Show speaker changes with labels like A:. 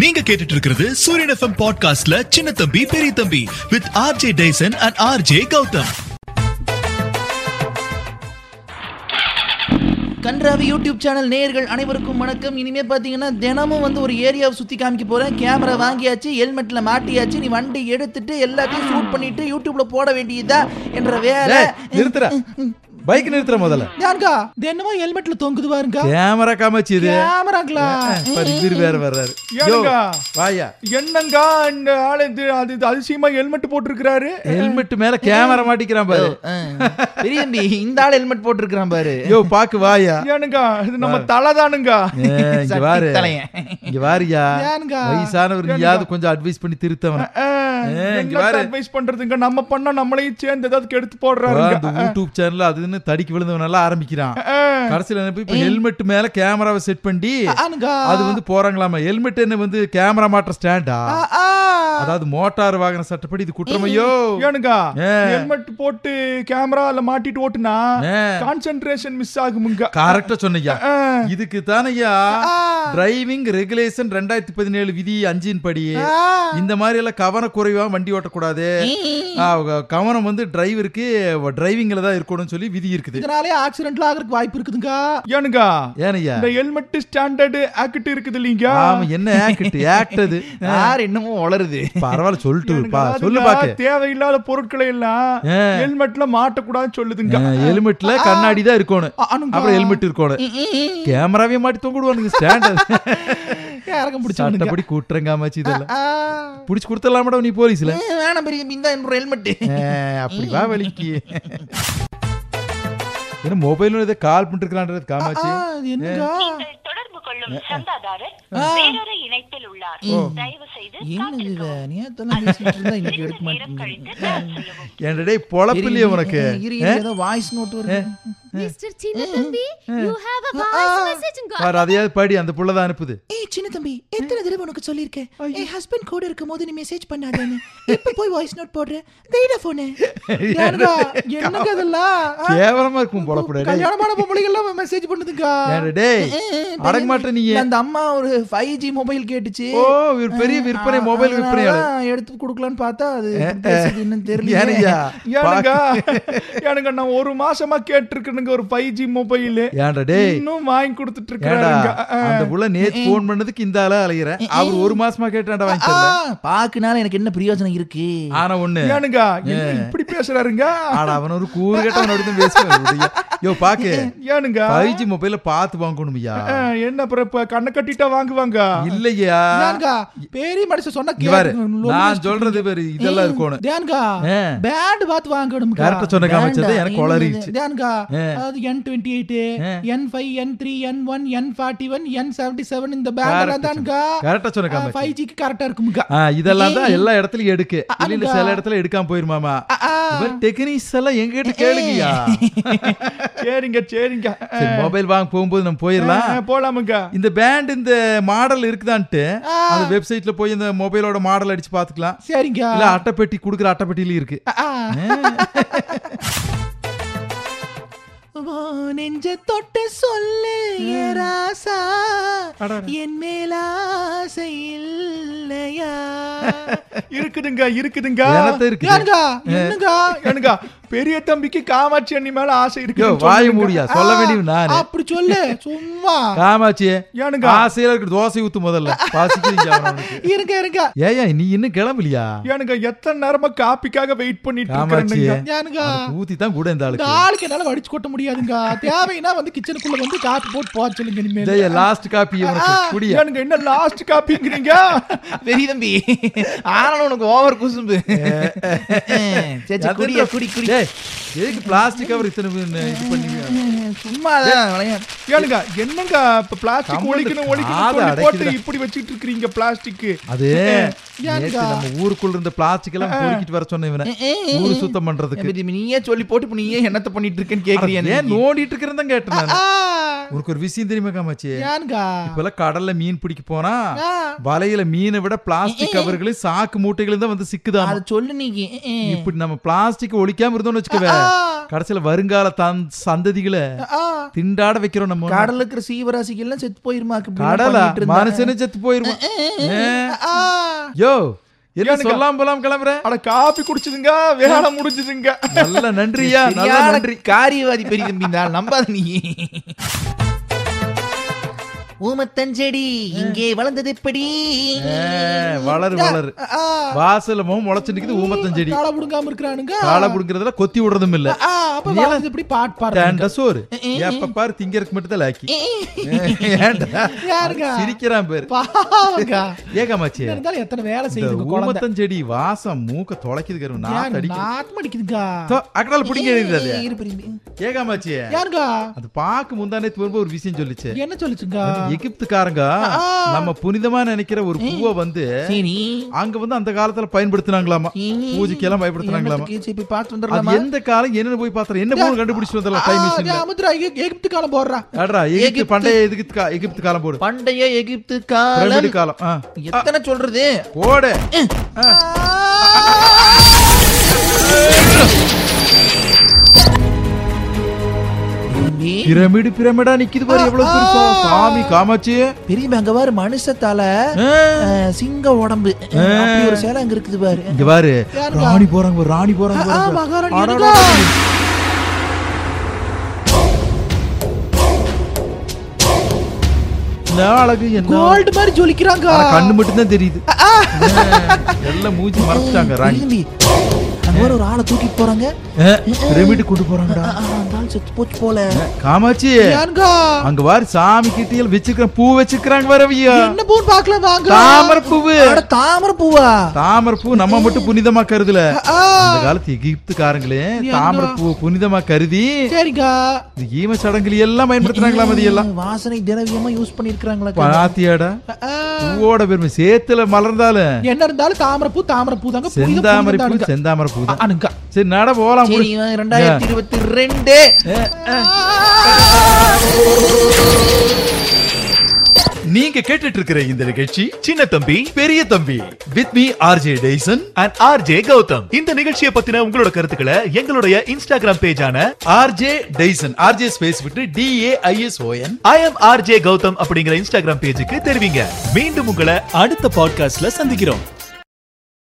A: நீங்க கேட்டுட்டு இருக்கிறது சூரியன் எஃப்எம் பாட்காஸ்ட்ல சின்ன தம்பி பெரிய தம்பி with RJ Daison and RJ Gautham
B: கன்றாவி YouTube channel நேயர்கள் அனைவருக்கும் வணக்கம் இனிமே பார்த்தீங்கன்னா தினமும் வந்து ஒரு ஏரியாவை சுற்றி காமிக்க போகிறேன் கேமரா வாங்கியாச்சு ஹெல்மெட்டில் மாட்டியாச்சு நீ வண்டி எடுத்துட்டு எல்லாத்தையும் ஷூட் பண்ணிட்டு யூடியூப்ல போட வேண்டியதா என்ற வேலை
C: டேய், நிறுத்துடா பைக் நிறுத்துற முதல்ல
B: யாருக்கா தினமும் ஹெல்மெட்ல தொங்குது பாருங்க
C: கேமரா காமிச்சு இது
B: கேமராங்களா
C: பாரு, இவரு வேற வர்றாரு யோ,
D: ஏனுங்க?
C: வாயா
D: என்னங்க இந்த ஆளு இது அது இது அதிசயமா ஹெல்மெட் போட்டிருக்கிறாரு
C: ஹெல்மெட் மேல கேமரா மாட்டிக்கிறான் பாரு
B: பெரிய தம்பி இந்த ஆள் ஹெல்மெட் போட்டிருக்கிறான் பாரு
C: யோ பாக்கு வாயா
D: ஏனுங்க இது நம்ம தலைதானுங்க
C: ஏ, இங்க
B: சட்டி
C: வாரு
B: தலையன்.
C: இங்க வாரியா
D: ஏனுங்க?
C: வயசானவர் நீயாவது கொஞ்சம் அட்வைஸ் பண்ணி திருத்தவன ஏ, இங்க பாரு.
D: அட்வைஸ் பண்றதுங்க நம்ம பண்ணா நம்மளையும் சேர்ந்து ஏதாவது கெடுத்து போடுறாருங்க
C: அந்த யூடியூப் சேனல் அதுன்னு தடிக்கு விழுந்தவன் எல்லாம் ஆரம்பிக்கிறான் கடைசியில என்ன போய் இப்ப ஹெல்மெட் மேல கேமராவை செட் பண்ணி
B: ஆனுங்கா
C: அது வந்து போறாங்களாமா ஹெல்மெட் என்ன வந்து கேமரா மாற்ற ஸ்டாண்டா
B: ஆ.
C: அதாவது மோட்டார் வாகன சட்டப்படி இது குற்றமையோ
D: ஏனுங்க
C: ஏ.
D: ஹெல்மெட் போட்டு கேமரால மாட்டிட்டு ஓட்டுனா
C: ஏ.
D: கான்சென்ட்ரேஷன் மிஸ் ஆகுமுங்க
C: கரெக்டா சொன்னீங்க
D: ஆ.
C: இதுக்கு தானையா டிரைவிங் ரெகுலேஷன் ரெண்டாயிரத்தி பதினேழு விதி அஞ்சின் படி இந்த மாதிரி எல்லாம் கவனம் குறைவா வண்டி ஓட்டக்கூடாது ஆ, க- கவனம் வந்து டிரைவருக்கு டிரைவிங்ல தான் இருக்கணும்னு சொல்லி விதி இருக்குது
B: இதனாலே ஆக்சிடென்ட்ல ஆகிறதுக்கு வாய்ப்பு இருக்குதுங்க
D: ஏனுங்க
C: ஏனையா
D: இந்த ஹெல்மெட் ஸ்டாண்டர்டு ஆக்ட் இருக்குது இல்லீங்க
C: ஆமா என்ன ஆக்ட் ஆக்ட் அது
B: யார் என்னமோ வளருது
C: பரவாயில்ல சொல்லிட்டு
D: ஏனுங்க,
C: பா
D: அதுங்க
C: சொல்லு பாக்க
D: தேவையில்லாத பொருட்களை எல்லாம்
C: ஏ.
D: ஹெல்மெட்ல மாட்டக்கூடாதுன்னு சொல்லுதுங்க
C: ஹெல்மெட்ல கண்ணாடி தான் இருக்கணும்
B: அனுங்கா.
C: அப்புறம் ஹெல்மெட் இருக்கணும் கேமராவே மாட்டி தொங்கிடுவானுங்க ஸ்டாண்டர்ட்
B: இறக்கம் பிடிச்சானுங்க
C: சட்டப்படி கூட்டுறங்காமாச்சு இதெல்லாம்
B: ஆ.
C: புடிச்சு கொடுத்துடலாமடா நீ போலீஸ்ல
B: ஏ, வேணாம் பெரிய தம்பி இந்த என்னோட ஹெல்மெட்டு
C: ஏ, அப்படி வா வலிக்கு என்ன மொபைலும் ஏதோ கால் பண்ணிருக்கிறான்றது காமாச்சு
B: என்னங்க
E: நீங்கள் தொடர்பு கொள்ளும் சந்தாதாரர் வேறொரு இணைப்பில் உள்ளார் தயவு செய்து
B: என்னது இவ
E: காத்திருக்கவும்.
B: நேத்தெல்லாம் பேசிட்டு இருந்தா இன்னைக்கு எடுக்க மாட்டேங்குது
E: சிறிது நேரம் கழித்து dial செய்யவும்
C: என்னடே பொழப்பு இல்லையே உனக்கு
B: இரு இரு, ஏதோ வாய்ஸ் நோட் வருது
F: மிஸ்டர் சின்ன தம்பி you have a voice message உங்க
C: பாரு அதையாவது பாடி அந்த புள்ள தான் அனுப்புது
G: ஏய் சின்ன தம்பி எத்தனை தடவை உனக்கு சொல்லியிருக்கேன் என் ஹஸ்பண்ட் கூட இருக்கும்போது நீ மெசேஜ் பண்ணாதேன்னு இப்ப போய் வாய்ஸ் நோட் போடுற தைடா போனே
B: ஏனுங்கா, என்னங்க இதெல்லாம் ஆ,
C: கேவலமா இருக்கும் பொழப்புடா டேய்.
B: கல்யாணமான பொம்பளைகள்லாம் மெசேஜ் பண்ணுதுங்கா
C: ஏன்டா டேய் அடங்க மாட்டே நீ
B: அந்த அம்மா ஒரு ஃபைவ் ஜி மொபைல் கேட்டுச்சு
C: ஓ இவர் பெரிய விற்பனை
B: ஆ,
C: மொபைல்
B: அதனால
C: விற்பனை
B: தான் எடுத்து கொடுக்கலான்னு பார்த்தா அது பேசுறது என்னன்னு தெரியல
C: ஏனையா
D: ஏனுங்க ஏனுங்க நான் ஒரு மாசமா கேட்டிருக்கேனுங்க ஒரு ஃபைவ் ஜி மொபைல்
C: ஏன்டா டேய்
D: இன்னும் வாங்கி கொடுத்துட்டு
C: ஏன்டா
D: இருக்கிறாருங்க
C: அந்த புள்ள நேத்து போன் பண்ணதுக்கு இந்த ஆளா அலையிற அவர் ஒரு மாசமா கேட்டாண்டா வாங்கி
B: ஆ,
C: தரல
B: பாக்குனால எனக்கு என்ன பிரயோஜனம் இருக்கு
C: ஆனா ஒண்ணு
D: ஏனுங்க என்ன இப்படி பேசுறாருங்க
C: ஆனா அவன் ஒரு கூறு கேட்டவன் அப்படிதான் பேசுவான் யோ பாக்கு
D: ஏனுங்க
C: ஃபைவ் ஜி மொபைல பார்த்து வாங்கணும்யா
D: அஹ், என்ன அப்புறம் இப்ப கண்ணை கட்டிட்டா வாங்குவாங்க
C: இல்லையா
B: ஏனுங்கா, பெரிய மனுஷன் சொன்னா
C: இங்க பாரு
B: கேக்குது.
C: நான் சொல்றது பேரு இதெல்லாம் இருக்கணும்
B: தியான்கா
C: ஆ.
B: பேண்ட் பாத்து வாங்கணும்
C: Correct ஆ சொன்னக்கா, அமைச்சது. எனக்கு உளறிடுச்சு.
B: தியான்கா
C: ஆ.
B: அதாவது என் டுவெண்ட்டி எயிட் என் ஃபைவ் என் த்ரீ என் ஒன் என் ஃபார்ட்டி ஒன் என் செவன்டி செவன் இந்த
C: Correct
B: பேண்ட் தான்கா
C: சொன்ன- correct ஆ சொன்னக்கா, அமைச்சது.
B: ஃபைவ் ஜிக்கு கரெக்டா இருக்கும்கா
C: ஆ, இதெல்லாம் தான் எல்லா இடத்துலயும் எடுக்கு
B: ஆ,
C: இல்ல
B: அனுகா.
C: சில இடத்துல எடுக்காம போயிருமாமா
B: ஆ.
C: டெக்னீஷியன்ஸ் எல்லாம் எங்ககிட்ட கேளுங்கயா
D: சரிங்க சரிங்க
C: சரி மொபைல் வாங்க போகும்போது நம்ம போயிடலாம்
D: அஹ், போலாமுங்க
C: இந்த பேண்ட் இந்த மாடல் இருக்குதான்ட்டு அந்த வெப்சைட்ல போய் இந்த மொபைலோட மாடல் அடிச்சு பாத்துக்கலாம்
B: சரிங்க
C: இல்ல அட்டைப்பெட்டி குடுக்குற அட்டைப்பெட்டிலயும் இருக்கு
B: ஓ, நெஞ்ச தொட்ட சொல்லு ஏ ராசா என் மேல ஆசை இல்லையா
D: இருக்குதுங்க இருக்குதுங்க
C: எனத்த இருக்கு
B: தியான்கா, என்னங்கா
D: ஏனுங்க பெரிய தம்பிக்கு காமாட்சி அண்ணி மேல ஆசை
C: யோ,
D: இருக்கு
C: வாய மூடியா சொல்ல வேண்டியது நானு
B: அப்படி சொல்லு சும்மா
C: காமாச்சி
D: ஏனுங்க?
C: ஆசையில இருக்கிற தோசை ஊத்து முதல்ல பசிக்குது அவனுக்கு
B: இருங்க இருங்க
C: ஏயா நீ இன்னும் கிளம்பலையா
D: ஏனுங்க எத்தனை நேரமா காப்பிக்காக வெயிட் பண்ணிட்டு
C: காமாட்சி
D: இருக்கிறேனுங்க
B: தியானுங்கா
C: ஊத்தி தான் கூட இந்த
B: இந்த
C: ஆளுக்கு
B: ஆளுக்கு என்னால வடிச்சு கொட்ட முடியாதுங்க தேவைன்னா வந்து கிச்சனுக்குள்ள வந்து காப்பி போட்டு போக சொல்லுங்க இனிமேல்
C: ஜெய லாஸ்ட் காப்பி உனக்கு குடிய
D: ஏனுங்க என்ன லாஸ்ட் காப்பிங்கிறீங்க
B: பெரிய தம்பி ஆனாலும் உனக்கு ஓவர் குசும்பு சேச்சி குடியா குடி குடி
C: டேய், எதுக்கு பிளாஸ்டிக் கவர் இத்தனை மீன் இது பண்ணுவீங்க?
B: சும்மா தான் விளையாட்டு
D: ஏனுங்க என்னங்க இப்ப பிளாஸ்டிக்
C: கம்பளு
D: ஒழிக்கணும்
C: காதை
D: ஒழிக்கணும் சொல்லி போட்டு
C: அடைக்குதுடா.
D: இப்படி வச்சிட்டு இருக்கிறீங்க பிளாஸ்டிக்
C: அது
B: ஏன்டா?
C: நேத்து நம்ம ஊருக்குள்ள இருந்த பிளாஸ்டிக் எல்லாம் பொறுக்கிட்டு வர சொன்ன இவனை ஊரு சுத்தம் பண்றதுக்கு
B: நீயே சொல்லி போட்டு இப்ப நீயே என்னத்த பண்ணிட்டு இருக்கேன்னு
C: அட,
B: கேக்குறியா
C: ஏன்
B: நீ?
C: நோண்டிட்டு இருக்கிறதா கேட்டேன்
B: ஆ,
C: நானு. உனக்கு ஒரு விஷயம் தெரியுமா காமாச்சி
D: ஏன்கா
C: இப்பெல்லாம் கடல்ல மீன் பிடிக்க போனா
D: ஆ.
C: வலையில மீனை விட பிளாஸ்டிக் கவர்களும் சாக்கு மூட்டைகளும் தான் வந்து சிக்குதா
B: அதை சொல்லு நீங்க
C: இப்படி நம்ம பிளாஸ்டிக் ஒழிக்காம இருந்தோம்னு வச்சுக்கவே கடைசியில வருங்கால தன் சந்ததிகளை திண்டாட வைக்கிறோம் நம்ம
B: கடல்ல இருக்கிற சீவராசிகள் எல்லாம் செத்து போயிருமாக்கு இப்படி எல்லாம்
C: கடலா
B: பண்ணிட்டு இருந்தா.
C: மனுஷனே செத்து போயிருவான் ஏ. யோ என்ன
D: ஏனுங்க?
C: சொல்லாம் போலாம் கிளம்புற
D: அட காபி குடிச்சதுங்க வேலை முடிஞ்சதுங்க
C: நல்ல நன்றியா நல்ல
B: சரியான
C: நன்றி
B: காரியவாதி பெரிய தம்பி இந்த ஆள். நம்பாத நீ ஊமத்தஞ்செடி இங்கே வளர்ந்தது எப்படி
C: ஏ, வளரு வளரு வாசல்ல முகம் முளைச்சு நிக்குது ஊமத்தம் செடி
D: காலை புடுங்காம இருக்கிறானுங்க
C: காலை புடுங்கறதுல கொத்தி விடுறதும் இல்ல
D: ஆ, அப்ப வாழ்றது இப்படி பாட் பாடு
C: ஏன்டா சோறு எப்ப பாரு திங்கறதுக்கு மட்டும் தான் லாக்கி ஏன்டா
D: யாருங்க?
C: சிரிக்கிறான் பேரு
D: பாவங்கா
C: ஏகாமாச்சி
D: என்ன இருந்தாலும் எத்தனை வேலை
C: இந்த
D: செய்யுது குழந்தை
C: ஊமத்தம் செடி வாசம் மூக்க தொலைக்குது கரு நான் அடிக்கிறேன்
D: நாத்தம் அடிக்குதுக்கா
C: அக்கடால் பிடிக்க எழுதிடாது
B: இரு பிரிந்தி.
C: ஏகாமாச்சி
D: யாருங்க
C: அது பாக்கு முந்தானே வரும்போது ஒரு விஷயம் சொல்லிச்சு
D: என்ன சொல்லுச்சுங்க
C: வந்து எகிப்துக்காரங்க நம்ம புனிதமா நினைக்கிற ஒரு பூவை வந்து
B: சரி
C: அங்க வந்து அந்த காலத்துல பயன்படுத்தினாங்களாமா பூஜைக்கு எல்லாம் பயன்படுத்தினாங்களாமா
B: ஏமாத்துக்கு சரி, போய் பார்த்து
C: அது
B: வந்துடலாமா
C: எந்த காலம் என்னன்னு போய் பார்த்தா என்ன பூனு கண்டுபிடிச்சு வந்துடலாம் டைம் மிஷின்ல
D: அமுத்துரா எகிப்து காலம் போடுறா
C: ஆடுறா எகிப்து
B: எகிப்து.
C: பண்டைய எகிப்து கா- எகிப்து காலம் போடு
B: பண்டைய எகிப்து காலம்
C: பிரமிடு காலம் ஆ.
B: எத்தனை சொல்றது
C: போடு
B: தம்பி,
C: பிரமிடு பிரமிடா நிக்குது பாரு எவ்வளவு பெருசா சாமி காமாட்சி
B: பெரிய பேங்கவார் மனுஷத்தால அஹ், சிங்க உடம்பு அப்படி ஒரு சேலை அங்க இருக்குது பாரு
C: இங்க பாரு ராணி போறாங்க பாரு, ராணி போறாங்க பாரு. அடடா. என்ன அழகு என்ன
D: கோல்டு மாதிரி ஜொலிக்கிறாங்க
C: ஆனா கண்ணு மட்டும் தான் தெரியுது ஏ, எல்லாம் மூஞ்சி மறைச்சிட்டாங்க ராணி
B: தம்பி, அங்க வேற ஒரு ஆளை தூக்கிட்டு போறாங்க
C: ஏ, பிரமிடு கொண்டு போறாங்கடா
B: ஆ, அந்த ஆள் செத்து போச்சு போல
C: காமாட்சி
D: யாருங்க
C: அங்க வாரு சாமி கிட்டியல் வச்சுக்கிற பூ வச்சுக்கிறாங்க வரவியா
D: என்ன பூன் பாக்கலாம் வாங்க
C: தாமரை பூவு
B: அட, தாமரை பூவா
C: தாமரை பூ நம்ம மட்டும் புனிதமா கருதுல அந்த காலத்து எகிப்துக்காரங்களே தாமரை பூ புனிதமா கருதி
D: சரிங்க
C: இந்த ஈம சடங்குல எல்லாம் பயன்படுத்துறாங்களா மதியெல்லாம்
B: வாசனை திரவியமா யூஸ் பண்ணிருக்காங்களா
C: பாத்தியாடா
D: ஆ,
C: பூவோட பெருமை சேத்துல மலர்ந்தாலும்
D: என்ன இருந்தாலும் தாமரைப்பூ தாமரைப்பூ தாங்க புனித
C: செந்தாமரை பூ
D: புனித தானுங்க.
C: செந்தாமரை பூ தான்
D: அனுங்க
C: சரி நட போலாம்
B: சரி
C: புடி.
B: இவன் ரெண்டாயிரத்தி இருபத்தி ரெண்டு
C: நீங்க கேட்டுட்டு இருக்கிற இந்த நிகழ்ச்சி
A: சின்ன தம்பி
C: பெரிய தம்பி with me RJ Daison
A: and R J Gautham இந்த நிகழ்ச்சியை பத்தின உங்களோட கருத்துக்களை எங்களுடைய இன்ஸ்டாகிராம் பேஜான
C: ஆர்ஜே டெய்சன் ஆர்ஜே ஸ்பேஸ் விட்டு D A I S O N
A: I M R J Gautham அப்படிங்கிற இன்ஸ்டாகிராம் பேஜுக்கு தெரிவிங்க மீண்டும் உங்களை அடுத்த பாட்காஸ்ட்ல சந்திக்கிறோம்